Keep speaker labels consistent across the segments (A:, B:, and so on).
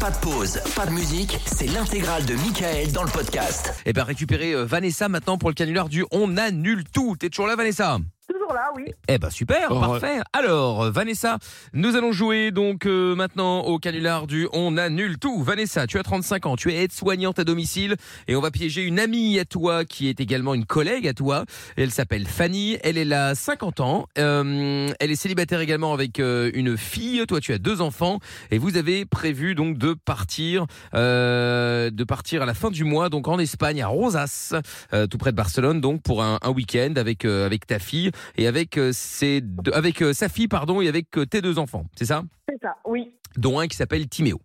A: Pas de pause, pas de musique, c'est l'intégrale de Michael dans le podcast.
B: Et bien récupérer euh, Vanessa maintenant pour le canular du On annule tout. T'es toujours là Vanessa
C: Toujours là, oui.
B: Eh ben super,
D: Oh,
B: parfait. Alors euh, Vanessa, nous allons jouer donc euh, maintenant au canular du On annule tout. Vanessa, tu as 35 ans, tu es aide-soignante à domicile et on va piéger une amie à toi qui est également une collègue à toi. Elle s'appelle Fanny, elle est là 50 ans, Euh, elle est célibataire également avec euh, une fille. Toi, tu as deux enfants et vous avez prévu donc de partir, euh, de partir à la fin du mois donc en Espagne à Rosas, euh, tout près de Barcelone donc pour un, un week-end avec euh, avec ta fille et avec euh, ses deux- avec euh, sa fille pardon et avec euh, tes deux enfants, c'est ça
C: C'est ça, oui.
B: Dont un qui s'appelle Timéo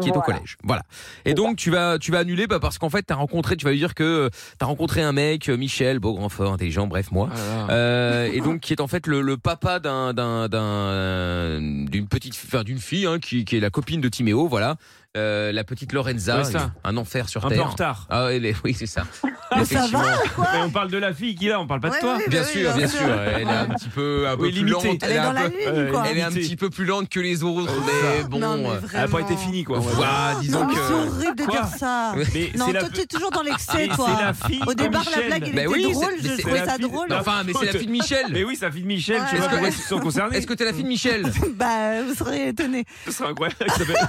B: qui est au
C: Voilà.
B: collège. Voilà. Et donc tu vas tu vas annuler bah, parce qu'en fait tu as rencontré, tu vas lui dire que tu as rencontré un mec, euh, Michel, beau grand fort, intelligent, bref moi. Euh, et donc qui est en fait le, le papa d'un d'un d'un- d'une petite enfin, d'une fille hein, qui, qui est la copine de Timéo voilà Euh, la petite Lorenza
D: Ouais, ça.
B: un enfer sur
D: Un peu
B: terre
D: en retard.
B: ah elle est- oui c'est ça
E: Ah, ça
B: Effectivement.
E: va ou quoi
D: Mais on parle de la fille qui là, on parle pas de
E: Ouais,
D: toi.
E: ouais,
B: bien
E: bah oui,
B: sûr bien sûr elle est un petit peu un peu
D: Oui,
B: plus
D: limitée.
B: lente
E: Elle est
B: un
E: dans la
B: peu-
E: lune,
D: euh,
E: quoi.
B: elle est un
D: limitée. Oh,
B: petit peu plus lente que les autres mais bon
E: non, mais
B: euh,
D: Elle a pas
E: vraiment.
D: été finie quoi.
B: voilà, disons
E: Non, mais
B: que
E: c'est horrible de
D: Quoi
E: dire ça.
D: Mais
E: Non,
D: c'est la, Ah,
E: toi, t'es toujours dans
D: mais
B: Ah
E: l'excès,
D: c'est
E: toi.
D: la fille.
E: Au
D: de
E: départ, la
D: Michel.
E: blague, elle
B: Mais
E: était
B: oui, c'est-
E: drôle.
B: mais c'est
E: Je trouvais
D: la
E: ça
D: fille-
E: drôle.
D: Non,
B: enfin mais c'est la fille de Michel
D: Mais oui, sa fille de Michel, tu
E: Ouais,
D: vois
E: ouais.
D: pourquoi ils se sont concernés.
B: est-ce que t'es la fille de Michel
E: Bah, vous serez étonnés.
D: ce serait incroyable Ça s'appelle-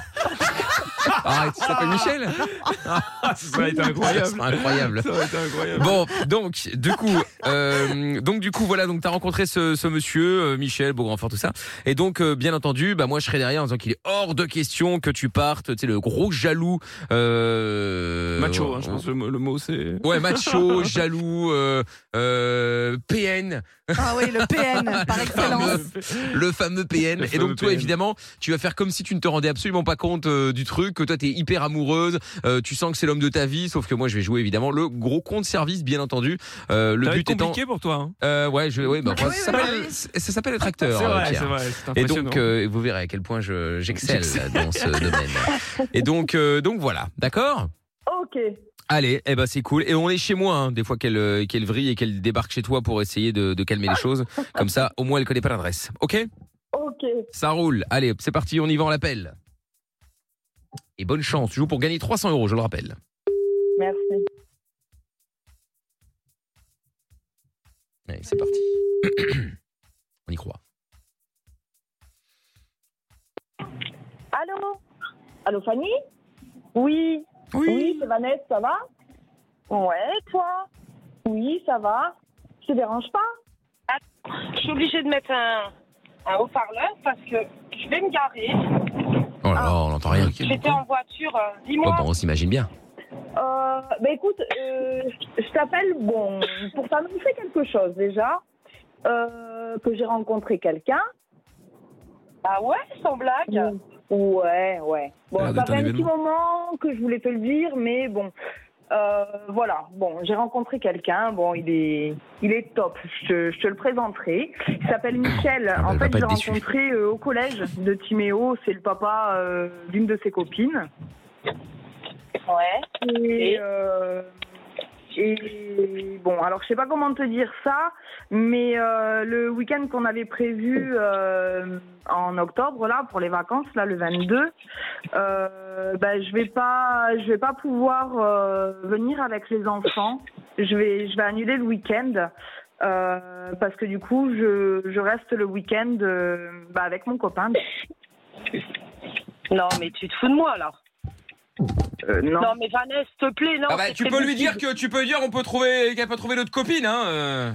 B: arrête ça s'appelle Michel
D: Ah, ça aurait été
B: Ça
D: incroyable.
B: serait incroyable
D: Ça aurait été incroyable.
B: Bon, donc, du coup, euh, donc du coup, voilà, donc t'as rencontré ce, ce monsieur, euh, Michel, beau grand fort, tout ça, et donc, euh, bien entendu, bah moi je serai derrière en disant qu'il est hors de question que tu partes, tu sais, le gros jaloux, euh,
D: Macho, hein, je pense que le, mot- le mot c'est.
B: Ouais, macho, jaloux, euh, euh, PN,
E: Ah oui, le PN, par
D: Ah,
E: excellence.
B: le fameux PN.
D: Le
B: et donc
D: fameux
B: toi,
D: PN.
B: évidemment, tu vas faire comme si tu ne te rendais absolument pas compte euh, du truc, que toi, t'es hyper amoureuse, euh, tu sens que c'est l'homme de ta vie, sauf que moi, je vais jouer, évidemment, le gros compte service, bien entendu. Euh, le
D: Ça va
B: but
D: être
B: étant...
D: compliqué pour toi. hein.
B: Euh, ouais, je, ouais, bah,
D: Ah
E: Oui,
B: ça
E: oui,
B: s'appelle,
E: oui.
B: ça s'appelle être
D: C'est
B: acteur. euh,
D: vrai,
B: Pierre.
D: c'est vrai. c'est
B: Et
D: impressionnant.
B: donc, euh, vous verrez à quel point je, j'excelle dans ce domaine. Et donc, euh, donc voilà, d'accord
C: Ok.
B: Allez, eh ben c'est cool. Et on est chez moi, hein, des fois qu'elle, euh, qu'elle vrille et qu'elle débarque chez toi pour essayer de, de calmer les choses. Comme ça, au moins, elle connaît pas l'adresse. Ok
C: Ok.
B: Ça roule. Allez, c'est parti, on y va, on l'appelle. Et bonne chance, tu joues pour gagner 300 euros, je le rappelle.
C: Merci.
B: Allez, c'est parti. on y croit.
C: Allô Allô, Fanny Oui. Oui, c'est Vanessa, ça va Ouais, toi Oui, ça va. Je te dérange pas
F: Je suis obligée de mettre un, un haut-parleur parce que je vais me garer.
B: Oh là là, on n'entend rien.
F: J'étais en voiture. euh,
B: Oh,
F: Dis-moi,
B: bon, on s'imagine bien.
C: euh, Bah écoute, euh, je t'appelle, bon, pour t'annoncer quelque chose déjà, euh, que j'ai rencontré quelqu'un.
F: ah ouais, sans blague.
C: Ouais, ouais. Bon,
D: Ça a l'air
C: ça
D: d'être
C: fait
D: Ah, bah, un
C: un petit
D: événement.
C: moment que je voulais te le dire, mais bon. Euh, voilà, bon, j'ai rencontré quelqu'un, bon, il est, il est top, je te, je te le présenterai. Il s'appelle Michel,
B: Ah bah,
C: en
B: elle
C: fait,
B: va pas
C: je l'ai
B: être déçue.
C: rencontré euh, au collège de Timéo, c'est le papa euh, d'une de ses copines.
F: Ouais.
C: Et,
F: Et
C: euh, et bon, alors je sais pas comment te dire ça, mais euh, le week-end qu'on avait prévu euh, en octobre là pour les vacances là le 22, euh, ben, je vais pas, je vais pas pouvoir euh, venir avec les enfants. Je vais, je vais annuler le week-end. euh, parce que du coup, je, je reste le week-end euh, bah, avec mon copain.
F: Non, mais tu te fous de moi là.
C: Euh, non.
F: Non, mais Vanessa, s'il te plaît, non.
B: Ah bah,
F: c'est
B: tu
F: très
B: peux lui
F: difficile.
B: dire que tu peux lui dire on peut trouver qu'elle peut trouver d'autres copines hein. euh.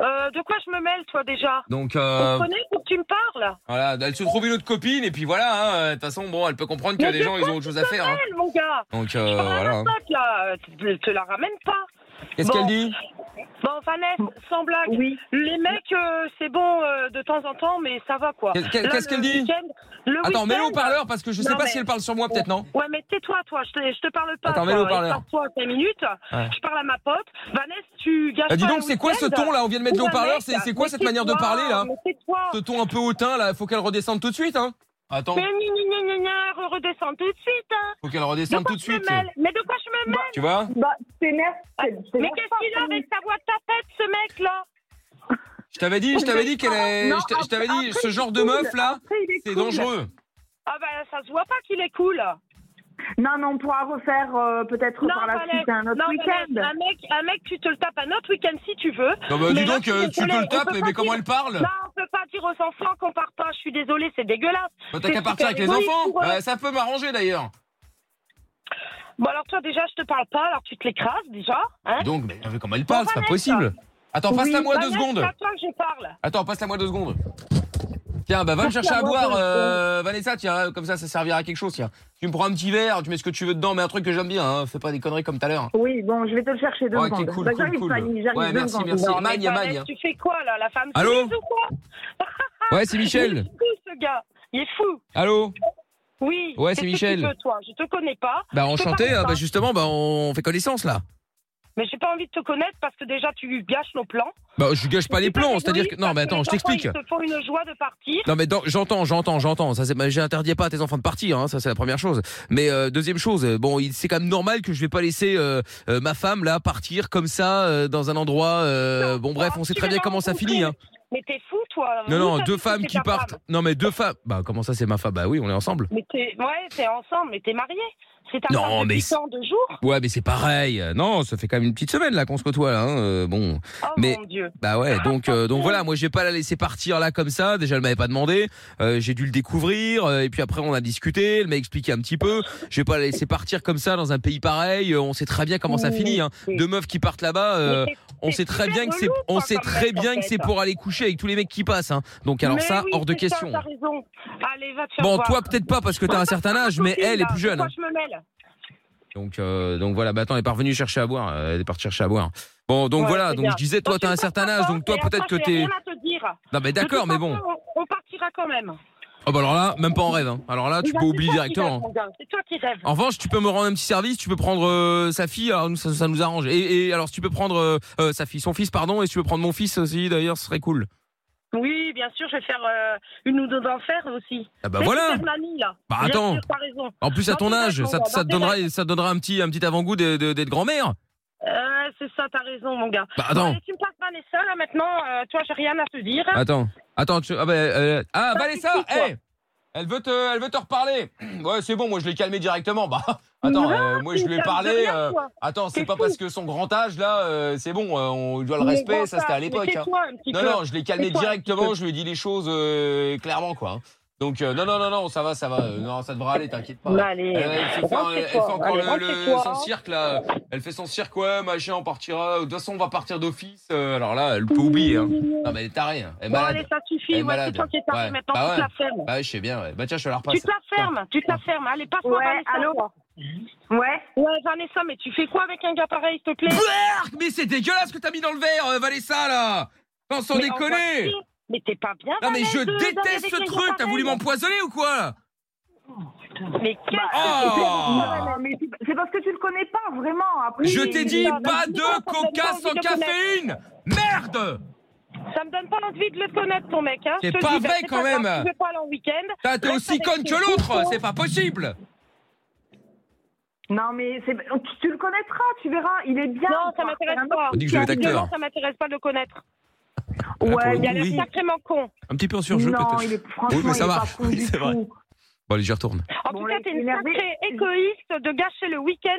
F: Euh, de quoi je me mêle, toi déjà
B: Donc
F: Tu
B: euh,
F: comprenez que tu me parles
B: voilà, elle se trouve une autre copine et puis voilà. hein, euh, De toute façon bon, elle peut comprendre que
F: Mais
B: les
F: de
B: gens ils ont autre chose à faire. hein.
F: Elle, mon gars.
B: Donc
F: Je
B: euh,
F: te ramène
B: voilà. hein.
F: pas, tu la- tu- te la ramène pas.
B: Qu'est-ce
F: Bon.
B: qu'elle dit
F: Bon, Vanessa, sans blague.
C: Oui.
F: Les mecs, euh, c'est bon euh, de temps en temps, mais ça va quoi.
B: Qu'est- qu'est-
F: Là,
B: Qu'est-ce qu'elle
F: le
B: dit
F: week-end- le
B: Attends, mets-le
F: week-end,
B: au parleur parce que je sais
F: Non,
B: pas
F: mais-
B: si elle parle sur moi peut-être non.
F: Ouais, mais tais-toi, toi, je te, je te parle pas.
B: Attends, mets-le au parleur.
F: toi 5 minutes,
B: Ouais.
F: je parle à ma pote. Vanessa, tu gâches
B: Bah, dis
F: pas
B: donc
F: le
B: c'est quoi ce
F: week-end.
B: ton là On vient de mettre le
F: Ou un
B: haut-parleur.
F: mec,
B: C'est c'est quoi
F: mais
B: cette manière de
F: tais-toi,
B: parler là
F: Mais tais-toi
B: Ce ton un peu hautain là, faut qu'elle redescende tout de suite hein. Attends,
F: Mais gna, gna, gna, gna, gna, re- redescends tout de suite hein.
B: faut qu'elle
F: De
B: redescende
F: quoi
B: tout de
F: je me
B: suite.
F: mêle Mais de quoi je me mêle
B: Tu vois
C: Bah, t'énerves. t'énerves
F: Mais
C: pas,
F: qu'est-ce qu'il a
C: Fanny.
F: avec sa voix de tapette, ce mec-là
B: Je t'avais dit, je t'avais dit qu'elle est
C: Non,
B: je t'a- je t'avais dit
C: après,
B: ce genre de
C: cool.
B: meuf là,
C: Après, il est
B: c'est
C: cool.
B: dangereux.
F: Ah bah, ça se voit pas qu'il est cool.
C: Non, mais on pourra refaire euh, peut-être par la
F: Alex,
C: suite un autre
F: non, Alex,
C: week-end.
F: un mec, un mec, tu te le tapes un autre week-end si tu veux.
B: Non, bah, dis
F: Mais là,
B: donc,
F: je suis
B: euh, tu te
F: désolée,
B: le
F: on
B: tapes,
F: peut
B: mais
F: pas
B: comment
F: dire-
B: elle parle Bah,
F: Non, on peut pas dire aux enfants qu'on part pas. Je suis désolée, c'est dégueulasse.
B: Bah, T'as qu'à
F: c'est
B: partir avec les
F: super
B: enfants
F: égoïste pour eux.
B: Euh, Ça peut m'arranger d'ailleurs.
F: Bon alors toi déjà, je te parle pas. Alors tu te l'écrases déjà, hein
B: Donc, mais mais comment elle parle, c'est pas
F: Vanessa.
B: possible. Attends, passe-la
F: Oui,
B: moi deux
F: Vanessa,
B: secondes.
F: C'est à toi que je parle.
B: Attends, passe-la moi deux secondes. Tiens, bah va me chercher à
F: Passe-la-moi
B: boire,
F: deux
B: euh, Vanessa, tiens, comme ça, ça servira à quelque chose, tiens. Tu me prends un petit verre, tu mets ce que tu veux dedans, mais un truc que j'aime bien, hein. fais pas des conneries comme tout à l'heure.
C: Oui, bon, je vais te le chercher deux
B: Ouais, ok,
C: secondes.
B: cool,
C: Bah,
B: cool,
C: j'arrive,
B: cool.
C: Fanny, j'arrive
B: Ouais,
C: deux
B: merci,
C: secondes.
B: merci.
F: Non, mais
B: Magne,
F: Alex,
B: Magne.
F: Tu fais quoi là, la femme
B: Allô
F: soumise ou quoi Ah,
B: Ouais, c'est
F: Il
B: Michel.
F: est fou ce gars. Il est fou.
B: Allô Bah,
F: Oui.
B: Ouais, c'est
F: Qu'est-ce que
B: Michel.
F: tu veux, toi, je te connais pas.
B: Bah
F: enchanté, euh, bah,
B: justement, bah on fait connaissance là.
F: Mais j'ai pas envie de te connaître parce que déjà tu gâches nos plans.
B: Bah je gâche pas
F: Je
B: les
F: suis
B: plans,
F: égoïste
B: c'est-à-dire que non,
F: parce
B: mais attends,
F: les
B: je t'explique.
F: enfants, Ils te font une joie de partir.
B: Non mais dans- j'entends, j'entends, j'entends. Ça c'est, bah, j'interdis pas à tes enfants de partir. Hein, ça c'est la première chose. Mais euh, deuxième chose, euh, bon, il- c'est quand même normal que je vais pas laisser euh, euh, ma femme là partir comme ça euh, dans un endroit. euh, bon bref, on sait
F: Oh, Tu
B: très
F: l'as
B: bien
F: pas
B: comment ça
F: rencontré.
B: finit. Hein.
F: Mais t'es fou, toi.
B: Non
F: Où
B: non,
F: t'as
B: deux
F: dit que
B: femmes
F: c'est
B: qui
F: ta femme
B: partent. Non mais deux femmes. Bah comment ça c'est ma femme Bah oui, on est ensemble.
F: Mais t'es, ouais, t'es ensemble, mais t'es marié. C'est ta
B: Non,
F: femme
B: mais
F: depuis
B: c'est-
F: tant de jours.
B: Ouais mais c'est pareil. Euh, Non, ça fait quand même une petite semaine là qu'on se côtoie là. hein, euh, bon.
F: Oh
B: Mais-
F: mon dieu. Ah,
B: Bah ouais, donc euh, donc voilà, moi j'ai pas la laisser partir là comme ça. Déjà elle m'avait pas demandé, Euh, j'ai dû le découvrir euh, et puis après on a discuté, elle m'a expliqué un petit peu. J'ai pas la laisser partir comme ça dans un pays pareil. Euh, on sait très bien comment ça finit. Hein. Deux meufs qui partent là-bas, euh,
F: Mais c'est-
B: on
F: c'est
B: sait très
F: super
B: bien que c'est
F: relou,
B: on
F: quoi,
B: sait
F: comme
B: très
F: mec, en
B: bien que
F: fait.
B: c'est pour aller coucher avec tous les mecs qui passent. Hein. Donc alors
F: Mais
B: ça
F: oui,
B: hors de
F: c'est ça,
B: question.
F: t'as raison. Allez, va te faire
B: Bon
F: voir.
B: toi peut-être pas parce que t'as un certain âge, mais
F: Copine,
B: elle est
F: là,
B: plus jeune. hein.
F: Pourquoi je me mêle
B: Donc, euh, donc voilà, bah attends, elle est parvenue chercher à boire. euh, Elle est partie chercher à boire. Bon, donc
F: Ouais,
B: voilà,
F: c'est
B: donc
F: bien.
B: je disais, toi,
F: Donc,
B: t'as
F: tu
B: un
F: me
B: certain
F: parles
B: âge,
F: pas,
B: donc toi,
F: et
B: peut-être
F: après,
B: que
F: j'ai
B: t'es.
F: rien à te dire.
B: Non, mais
F: De
B: d'accord,
F: toute
B: mais bon.
F: façon, On on partira quand même.
B: Oh bah alors là, même pas en rêve. hein. Alors là, tu
F: Bah,
B: peux
F: c'est
B: oublier
F: toi qui rêves,
B: directement. hein.
F: mon gars, C'est toi qui rêves.
B: En revanche, tu peux me rendre un petit service, tu peux prendre euh, sa fille, alors nous, ça, ça nous arrange. Et, et alors, si tu peux prendre euh, euh, sa fille, son fils, pardon, et si tu peux prendre mon fils aussi, d'ailleurs, ce serait cool.
F: Oui, bien sûr, je vais faire euh, une ou deux d'enfer aussi.
B: Ah bah
F: Mais
B: voilà
F: c'est faire l'ami, là.
B: Bah
F: Bien
B: attends.
F: sûr, t'as raison.
B: En plus, à
F: Non,
B: ton
F: c'est
B: âge,
F: vrai,
B: ça,
F: on va
B: ça te
F: dans tes
B: donnera, ça te donnera un petit, un petit avant-goût de- de- d'être grand-mère.
F: Euh, c'est ça, t'as raison, mon gars.
B: Bah attends,
F: Allez, tu me passes Vanessa, là, maintenant. Euh, toi, j'ai rien à te dire.
B: attends, attends, tu... ah bah, euh, ah
F: Ça
B: Vanessa,
F: suffit, quoi.
B: hey elle veut te, elle veut te reparler. Ouais, c'est bon, moi je l'ai calmé directement. Bah, attends,
F: Non,
B: euh, moi je
F: Tu
B: lui
F: me
B: ai
F: calmes de
B: parlé.
F: rien,
B: euh,
F: toi.
B: Attends, c'est
F: T'es
B: pas
F: fou.
B: parce que son grand âge là, euh, c'est bon, euh, on lui doit le
F: Mais
B: respect.
F: bon,
B: Ça c'était à
F: mais
B: l'époque. hein.
F: tais-toi un petit
B: Non,
F: peu.
B: non, je l'ai calmé
F: Tais-toi un
B: directement,
F: petit
B: je lui ai dit les choses euh, clairement, quoi. Donc, euh, non, non, non, non, ça va, ça va. euh, non, ça devra aller, t'inquiète pas.
F: Bah, Allez,
B: Elle, elle fait, faire- elle fait
F: rentre-toi,
B: encore
F: allez,
B: le- le- son
F: rentre-toi.
B: cirque, là. Elle fait son cirque, ouais, machin, on partira. De toute façon, on va partir d'office. euh, alors là, elle peut oublier. Hein. Non, mais elle est tarée. hein, Elle est
F: Bon,
B: malade.
F: allez, ça
B: Elle est
F: suffit. Ouais,
B: malade.
F: c'est toi qui es taré
B: Ouais.
F: maintenant.
B: Bah
F: tu te
B: ouais.
F: la fermes.
B: Bah, ouais, je sais bien, ouais. Bah, tiens, je te la repasse.
F: Tu te la fermes. Tu te la fermes. Allez, passe-moi
C: Ouais,
F: Vanessa.
C: allô Ouais.
F: Ouais, Vanessa, mais tu fais quoi avec un gars pareil, s'il te plaît
B: Berk, mais c'est dégueulasse ce que t'as mis dans le verre, euh, Vanessa, là. Non, sans
F: Mais on
B: déconner.
F: voit qui Mais t'es pas bien.
B: Non, mais je
F: Vanessa, d'aller
B: déteste
F: avec
B: ce
F: un gars
B: truc. T'as voulu
F: pareil.
B: m'empoisonner ou quoi, là
C: Bah,
F: Mais qu'est-ce
B: Oh
C: Non, mais c'est- c'est parce que tu le connais pas vraiment. Après,
B: Je
C: il-
B: t'ai
C: il
B: dit
C: a-
B: pas de coca
F: pas
B: sans
F: envie de
B: caféine Merde
F: Ça me donne pas envie de le connaître, ton mec. Hein.
B: C'est
F: Je te
B: pas
F: le dis,
B: vrai,
F: c'est
B: quand
F: grave,
B: même.
F: Tu veux pas aller en week-end
B: T'as été
F: Reste
B: aussi
F: avec
B: conne que
F: tes
B: l'autre
F: coupons.
B: C'est pas possible
C: Non, mais c'est- tu, tu le connaîtras, tu verras. Il est bien.
F: Non, ça
C: Enfin, c'est un
F: m'intéresse
C: autre-
F: pas.
B: On dit que je vais être acteur.
F: Non, ça m'intéresse pas de le connaître.
C: Ouais,
F: Il a l'air sacrément con.
D: Un petit peu en surjeu,
C: Non,
D: peut-être.
C: il est franchement,
B: Oui, mais ça
C: il est
B: marche.
C: pas con du
D: C'est vrai.
C: tout.
B: Bon, allez, j'y retourne.
F: En
C: Bon,
F: tout
C: là,
F: cas, t'es une
C: énervé.
F: sacrée égoïste de gâcher le week-end.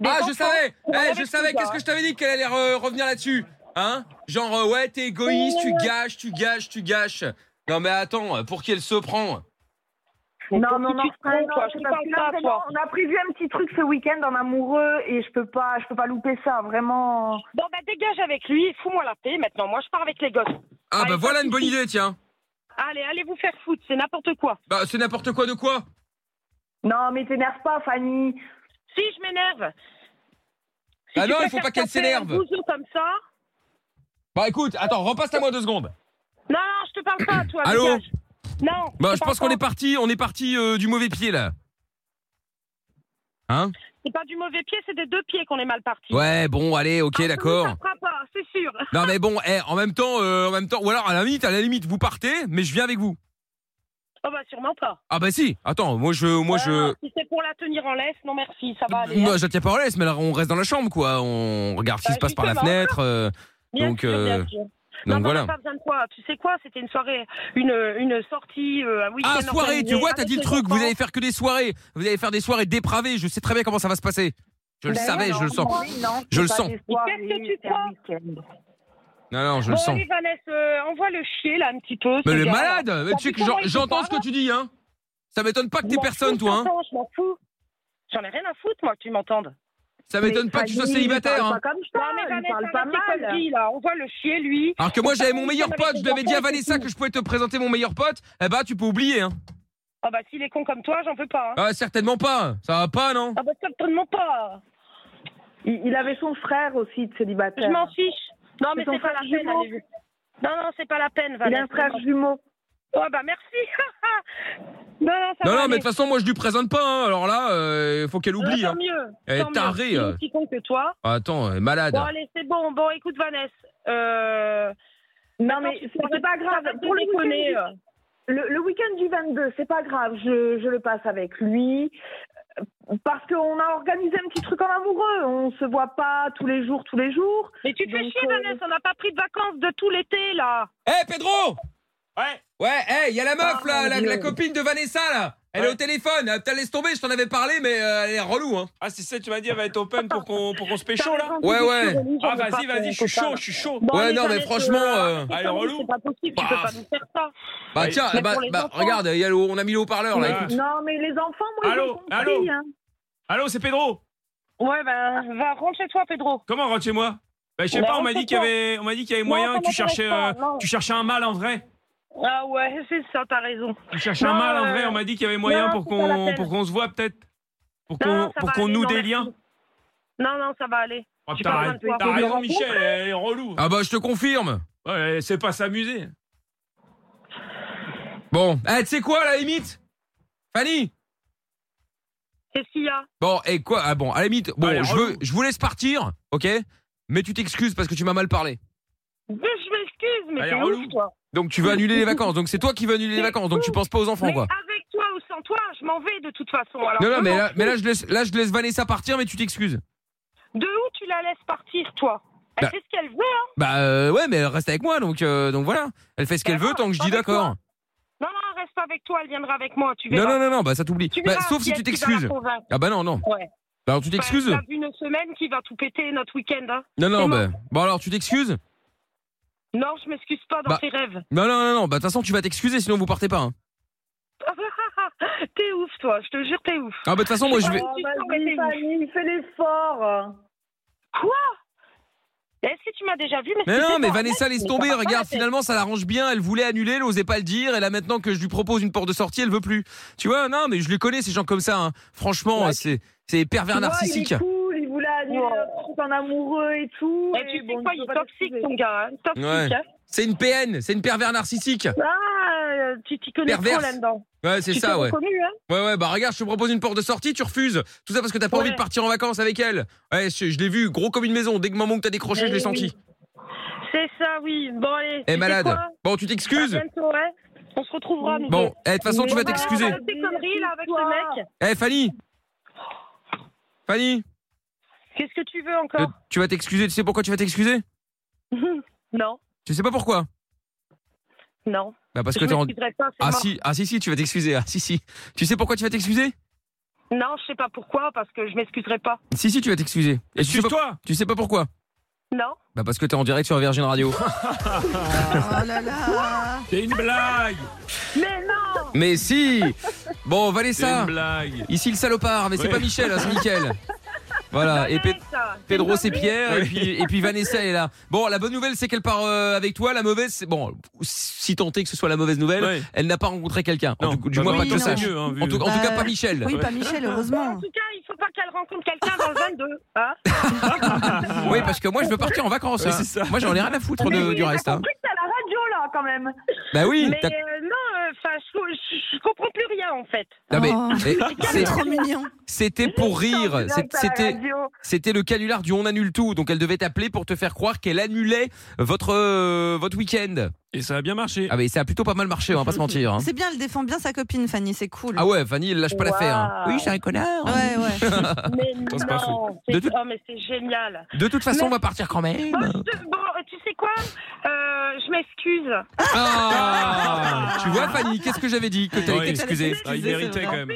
F: des
B: Ah, je
F: enfants.
B: savais Eh,
F: On va
B: Je
F: avec
B: savais
F: tout
B: Qu'est-ce
F: ça.
B: que je t'avais dit qu'elle allait re- revenir là-dessus Hein Genre, euh, ouais, t'es égoïste, tu gâches, tu gâches, tu gâches. Non, mais attends, pour qui elle se prend
F: Mais
C: Non,
F: pour
C: non,
F: qui
C: non,
F: tu te
C: frère,
F: prends,
C: non,
F: toi
C: c'est
F: Je te
C: parce
F: parle
C: que là,
F: pas,
C: vraiment,
F: toi.
C: On a prévu un petit truc ce week-end en amoureux et je peux pas, je peux pas louper ça, vraiment.
F: Bon, bah dégage avec lui et fous-moi la paix maintenant. Moi, je pars avec les gosses.
B: Ah, bah
F: Allez,
B: voilà
F: pas
B: une bonne
F: de
B: idée, tiens
F: Allez, allez vous faire foutre, c'est n'importe quoi.
B: Bah, c'est n'importe quoi de quoi
C: Non, mais t'énerve pas, Fanny.
F: Si je m'énerve. Si
B: Ah
F: tu
B: non, il
F: préfères
B: faut pas qu'elle
F: taper un
B: s'énerve
F: bouseux comme ça.
B: Bah, écoute, attends, repasse-la moi deux secondes
F: Non, non, je te parle pas, toi.
B: Allô
F: dégage. Non.
B: Bah,
F: te
B: je
F: parle
B: pense qu'on est parti, on est parti euh, du mauvais pied, là. Hein
F: C'est pas du mauvais pied, c'est des deux pieds qu'on est mal parti.
B: Ouais, bon, allez, ok,
F: Ah,
B: d'accord.
F: Ça ne fera pas, c'est sûr.
B: Non mais bon, eh, en même temps, euh, en même temps, ou alors à la limite, à la limite, vous partez, mais je viens avec vous.
F: Oh bah sûrement pas.
B: Ah bah si, attends, moi je, moi je, Bah,
F: Ah, Si c'est pour la tenir en laisse, non merci, ça va aller. hein.
B: moi je la tiens pas en laisse, mais là on reste dans la chambre quoi, on regarde ce qui
F: Bah,
B: se passe par la
F: justement.
B: fenêtre. euh,
F: Bien
B: donc,
F: sûr,
B: euh,
F: bien sûr.
B: Donc
F: non, non,
B: voilà.
F: mais pas besoin de quoi. Tu sais quoi C'était une soirée, une, une sortie, euh, un week-end.
B: Ah, soirée, tu
F: organisé
B: vois, t'as
F: avec
B: dit le
F: les
B: truc, vous
F: enfants.
B: allez faire que des soirées, vous allez faire des soirées dépravées, je sais très bien comment ça va se passer. Je le
C: Ben
B: savais,
C: non,
B: je le sens.
C: non, non,
B: Je
C: c'est
B: le
C: pas
B: sens.
C: des soirées,
F: Qu'est-ce que tu
C: c'est un week-end.
B: Non, non, je le
F: bon,
B: sens.
F: allez, Vanessa, euh, envoie le chier là un petit peu.
B: Mais
F: ce
B: le
F: gars-là.
B: malade mais
F: Ça
B: tu sais que
F: fait
B: j'en-
F: comment il
B: J'entends
F: se
B: ce que tu dis, hein Ça m'étonne pas que t'es
F: Je m'en
B: personne,
F: fous,
B: toi, hein
F: t'entends, Je m'en fous. J'en ai rien à foutre, moi, que tu m'entendes.
B: Ça
C: Mais
B: m'étonne pas que tu sois
C: Fanny,
B: célibataire,
C: il
B: hein
C: parle Pas comme ça,
F: Non, mais
C: Ah, il
F: Vanessa,
C: parle pas
F: arrête tes
C: mal.
F: conneries, là. On voit le chier, lui.
B: alors que moi j'avais mon
F: Fanny,
B: meilleur
F: ça
B: pote,
F: m'avait
B: je lui avais
F: fait
B: dit à
F: penser,
B: Vanessa
F: c'est
B: que je pouvais te présenter mon meilleur pote, eh bah tu peux oublier hein.
F: Ah bah, s'il est con comme toi, j'en peux pas. hein.
B: Ah certainement pas, ça va pas non
F: Ah bah, certainement pas.
C: Il, il avait son frère aussi de
F: Je
C: célibataire.
F: m'en fiche. Non, mais
C: Euh, C'est ton
F: c'est pas la
C: frère
F: peine.
C: jumeau.
F: allez-y. Non, non, c'est pas la peine,
C: Il
F: Vanessa.
C: a un frère jumeau.
F: Oh bah, merci. non, non, ça
B: Non non mais de
F: va aller.
B: toute façon moi je lui présente pas hein. alors là euh, faut qu'elle oublie
F: Ah,
B: hein.
F: Tant mieux.
B: Elle est
F: tant mieux.
B: tarée,
F: Il est
B: euh.
F: aussi con que toi.
B: Ah, Attends, elle est malade.
F: Bon, allez, c'est bon. Bon, écoute, Vanessa. Euh...
C: Non,
F: Attends,
C: mais
F: tu
C: c'est
F: pourrais-
C: c'est pas grave.
F: arrête de
C: Pour le
F: déconner,
C: week-end,
F: euh.
C: le, le week-end du 22, c'est pas grave. Je, je le passe avec lui. Euh, Parce qu'on a organisé un petit truc en amoureux. On se voit pas tous les jours, tous les jours.
F: Mais tu te fais
C: Donc,
F: chier,
C: euh,
F: Vanessa, on n'a pas pris de vacances de tout l'été, là.
D: Ah,
B: Eh Pedro
D: Ouais.
B: Ouais, eh, il y a la meuf
C: Oh,
B: là,
F: Ah,
C: mon
B: la,
C: Dieu.
B: la copine de Vanessa là. Elle est
D: Ouais.
B: au téléphone, Ah, putain laisse tomber, je t'en avais parlé mais euh, elle est relou hein.
D: Ah, c'est ça, tu m'as dit, elle va être open pour qu'on pour qu'on se pécho, là
B: Ouais, ouais.
D: Ah, vas-y, vas-y, je suis chaud, je suis chaud.
F: Bon,
B: ouais
F: mais
B: non mais
F: Vanessa,
B: franchement
F: euh,
B: euh,
F: c'est
D: Allez,
F: pas-
D: relou.
F: C'est pas possible, tu peux
B: Bah.
F: pas nous faire ça.
B: bah
D: Ouais.
B: tiens,
F: Mais
B: bah,
F: pour les
B: bah,
F: enfants.
B: regarde, il y a le- on a mis le haut-parleur là,
D: Ouais.
B: écoute.
C: Non, mais les enfants, moi, ils
D: Bah. Allô,
C: ont compris.
D: allô.
C: hein.
D: Allô, c'est Pedro
F: Ouais, ben, va, rentre chez toi, Pedro.
D: Comment rentre chez moi Bah, je sais
F: Bah,
D: pas, on m'a dit qu'il y
F: rentre-toi.
D: avait, on m'a dit qu'il y avait
F: Non,
D: moyen,
F: ça
D: tu cherchais,
F: m'intéresse
D: euh,
F: pas, non.
D: tu cherchais un mal en vrai.
F: Ah ouais, c'est ça, t'as raison.
D: Tu cherchais un
F: Non,
D: mal en
F: euh,
D: vrai, on m'a dit qu'il y avait moyen
F: non,
D: pour
F: c'est pas la
D: qu'on
F: peine.
D: pour qu'on se voit peut-être. Pour
F: Non,
D: qu'on
F: ça
D: pour
F: va
D: qu'on
F: aller,
D: noue
F: non,
D: des
F: merci.
D: liens.
F: Non, non, ça va aller.
D: Oh,
F: J'ai pas
D: t'as
F: besoin de toi.
D: t'as raison, Michel, elle est relou.
B: Ah bah je te confirme.
D: Ouais, c'est pas s'amuser.
B: Bon, eh tu sais quoi à la limite Fanny
F: Qu'est-ce qu'il y a
B: Bon, et quoi Ah bon, à la limite, bon,
D: Allez,
B: je, veux,
D: relou.
B: je vous laisse partir, ok Mais tu t'excuses parce que tu m'as mal parlé.
F: Mais Je m'excuse, mais
D: Elle est
F: t'es
D: relou.
F: ouf, toi.
B: Donc tu veux annuler les vacances. Donc c'est toi qui veux annuler les vacances. Donc tu penses pas aux enfants,
F: Mais
B: quoi.
F: avec toi ou sans toi, je m'en vais de toute façon. Alors,
B: Non, non, mais
F: comment
B: là,
F: tu-
B: mais là, je laisse, là, je laisse Vanessa partir, mais tu t'excuses.
F: De où tu la laisses partir, toi Elle
B: Bah.
F: fait ce qu'elle veut, hein
B: Bah euh, ouais, mais elle reste avec moi, donc euh, donc voilà. Elle fait ce qu'elle
F: Bah
B: veut
F: non,
B: tant que je
F: pas
B: dis
F: avec
B: d'accord.
F: Non, non, elle reste pas avec toi, elle viendra avec moi, tu verras.
B: Non, non, non, non, bah ça t'oublie.
F: Tu
B: Bah,
F: verras
B: sauf si
F: elle
B: tu
F: qui va la
B: t'excuses.
F: convaincre.
B: Ah bah non, non.
F: Ouais.
B: Bah alors tu t'excuses
F: Bah, t'as vu une semaine qui va tout péter notre week-end, hein
B: Non, non,
F: c'est
B: bah. Bon alors tu t'excuses
F: Non, je m'excuse pas dans
B: Bah.
F: tes rêves.
B: Non, non, non, non. Bah de toute façon, tu vas t'excuser, sinon vous partez pas. hein.
F: t'es ouf, toi, je te jure, t'es ouf.
B: Ah bah de toute façon, moi je vais.
C: Oh,
F: Tu te sens
C: vas-y,
F: bête,
C: Fanny, fais l'effort.
F: Est-ce que tu m'as déjà vu
B: Mais non, mais
F: pas
B: Vanessa,
F: honnête,
B: laisse
F: mais
B: tomber.
F: ça va pas,
B: Regarde,
F: la tête.
B: finalement, ça l'arrange bien. Elle voulait annuler, elle osait pas le dire. Et là, maintenant que je lui propose une porte de sortie, elle veut plus. Tu vois, non, mais je les connais, ces gens comme ça. hein. Franchement,
C: Ouais.
B: c'est c'est pervers
C: Tu vois,
B: narcissique.
C: Il est cool, il voulait annuler
F: Ouais.
C: un truc en amoureux et tout.
F: Mais Eh, tu sais
C: bon,
F: quoi,
C: tu
F: il
C: peux
F: est
C: pas
F: toxique,
C: t'excuser.
F: ton gars. hein, Toxique,
B: Ouais.
F: hein.
B: C'est une PN, c'est une pervers narcissique.
F: Ah, euh, tu t'y connais
B: Perverse.
F: trop là-dedans.
B: Ouais, c'est
F: Tu
B: ça,
F: t'es
B: ouais.
F: reconnu, hein
B: Ouais, ouais, bah regarde, je te propose une porte de sortie, tu refuses. Tout ça parce que t'as pas
F: Ouais.
B: envie de partir en vacances avec elle. Ouais, je, je l'ai vu, gros comme une maison. Dès que maman que t'as décroché, je l'ai
F: Eh
B: senti.
F: C'est ça, oui. Bon, allez. tu
B: Eh,
F: sais
B: malade.
F: quoi
B: Bon, tu
F: À
B: t'excuses
F: bientôt, ouais. On se retrouvera. nous deux.
B: Bon, eh, de toute façon, tu vas
C: Mais
F: Ah,
C: non,
B: t'excuser.
F: arrête tes conneries, là, avec ce mec.
B: Eh, Fanny Fanny,
F: Qu'est-ce que tu veux
B: euh,
F: encore
B: tu vas t'excuser. Tu sais pourquoi tu vas t'excuser
F: Non,
B: Tu sais pas pourquoi
F: non.
B: Bah parce que
F: je
B: t'es en...
F: m'excuserai pas, c'est
B: Ah
F: mort.
B: si, ah si, si, tu vas t'excuser. Ah si, si. Tu sais pourquoi tu vas t'excuser
F: Non, je sais pas pourquoi, parce que je m'excuserai pas.
B: Si, si, tu vas t'excuser. Et tu sais, pas...
D: Excuse-toi.
B: tu sais pas pourquoi
F: Non.
B: Bah parce que t'es en direct sur Virgin Radio.
E: Oh là là.
D: C'est une blague.
F: Mais non
B: mais si Bon,
D: C'est
B: Vanessa,
D: une blague.
B: ici le salopard, mais c'est
D: Ouais.
B: pas Michel, hein, c'est Mickaël. Voilà, et Pe-
F: Arrête, ça.
B: Pedro
F: une
B: c'est
F: dinguerie.
B: Pierre, et puis, et puis Vanessa elle est là. Bon, la bonne nouvelle c'est qu'elle part euh, avec toi, la mauvaise c'est... Bon, si tant est que ce soit la mauvaise nouvelle,
D: Ouais.
B: elle n'a pas rencontré quelqu'un. En
D: Non,
B: tout- Du
D: bah,
B: moins
D: bah,
B: pas que je
E: non.
D: tant
B: sache.
D: mieux, hein, vu-
B: En tout, en tout cas
E: Bah,
B: pas Michel.
E: Oui, pas Michel, heureusement.
F: En tout cas, il faut pas qu'elle rencontre quelqu'un dans le 22. Hein
B: Oui, parce que moi je veux partir en vacances.
D: Ouais,
B: hein.
D: c'est ça.
B: Moi j'en ai rien à foutre
C: Mais
B: de-
C: oui,
B: du
C: t'as
B: reste. hein.
C: compris que t'as la radio là quand même.
B: Bah oui,
F: Mais
B: t'as-
F: euh, non, enfin, je, je comprends plus rien en fait.
B: Non, mais-
E: Oh.
B: mais
E: C'est
B: c'est-
E: trop mignon.
B: c'était pour rire.
C: Putain,
B: C'est-
C: t'as la
B: C'était
C: radio.
B: c'était le canular du on annule tout. Donc elle devait t'appeler pour te faire croire qu'elle annulait votre euh, votre week-end.
D: Et ça a bien marché.
B: Ah, mais ça a plutôt pas mal marché, on va pas se mentir. hein.
E: C'est bien, elle défend bien sa copine, Fanny, c'est cool.
B: Ah ouais, Fanny, elle lâche pas l'affaire. hein.
F: Waouh.
B: Oui, c'est un connard.
E: Ouais, ouais.
F: Mais
D: Ça, c'est pas
F: non,
B: De
F: c'est
B: tout-
F: oh, mais c'est génial.
B: De toute façon, on va partir quand même.
F: Bon, je- bon, tu sais quoi Euh, Je m'excuse.
B: Ah Tu vois, Fanny, qu'est-ce que j'avais dit que t'allais
D: Ouais,
B: t'excuser
D: Ah, il
E: c'est
D: méritait
E: vrai.
D: quand même.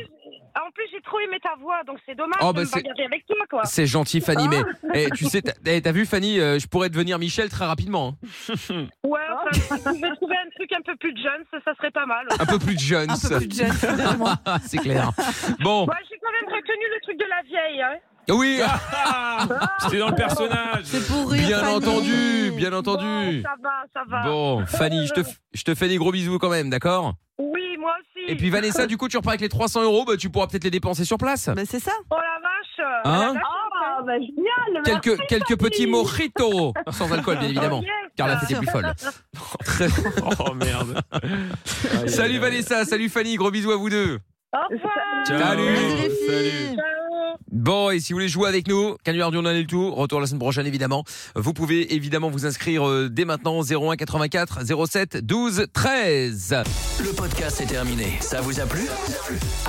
F: En plus, j'ai trop aimé ta voix, donc c'est dommage
B: Oh,
F: de
B: bah,
F: me
B: c'est-
F: bagarrer avec toi, quoi.
B: C'est gentil,
C: Ah.
B: Fanny, mais eh, tu sais, t'as eh, t'as vu, Fanny, euh, je pourrais devenir Michel très rapidement. hein.
F: Ouais, enfin, si tu pouvais trouver un truc un peu plus jeune, ça, ça serait pas mal.
B: Un peu plus Jones.
E: Un peu plus jeune, vraiment.
B: Ah, c'est clair. Bon,
F: Ouais, j'ai quand même retenu le truc de la vieille, hein.
B: oui,
D: Ah C'était dans le personnage.
F: Ah,
E: C'est pour rire.
B: bien
E: Fanny.
B: entendu, bien
F: Bon,
B: entendu.
F: ça va, ça va.
B: Bon, Fanny, je te, f- je te fais des gros bisous quand même, d'accord
F: Oui, moi aussi.
B: Et puis Vanessa, du coup, tu repars avec les 300 euros, bah, tu pourras peut-être les dépenser sur place.
E: Bah, c'est ça.
F: Oh la vache. euh,
B: Hein
F: la vache,
C: Ah, bah, génial
B: Quelques, quelques petits mojitos, sans alcool, bien évidemment,
F: oh, yes.
B: car la fête est plus folle.
D: Oh merde.
B: Salut Vanessa, salut Fanny, gros bisous à vous deux.
F: Au revoir.
D: Ciao.
B: Salut.
E: Vas-y, les filles.
F: Ciao.
B: Bon, et si vous voulez jouer avec nous, Canular du On a le tout, retour la semaine prochaine évidemment. Vous pouvez évidemment vous inscrire euh, dès maintenant 01 84 07 12 13.
A: Le podcast est terminé. Ça vous a plu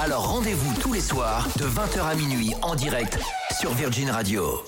A: Alors rendez-vous tous les soirs de 20h à minuit en direct sur Virgin Radio.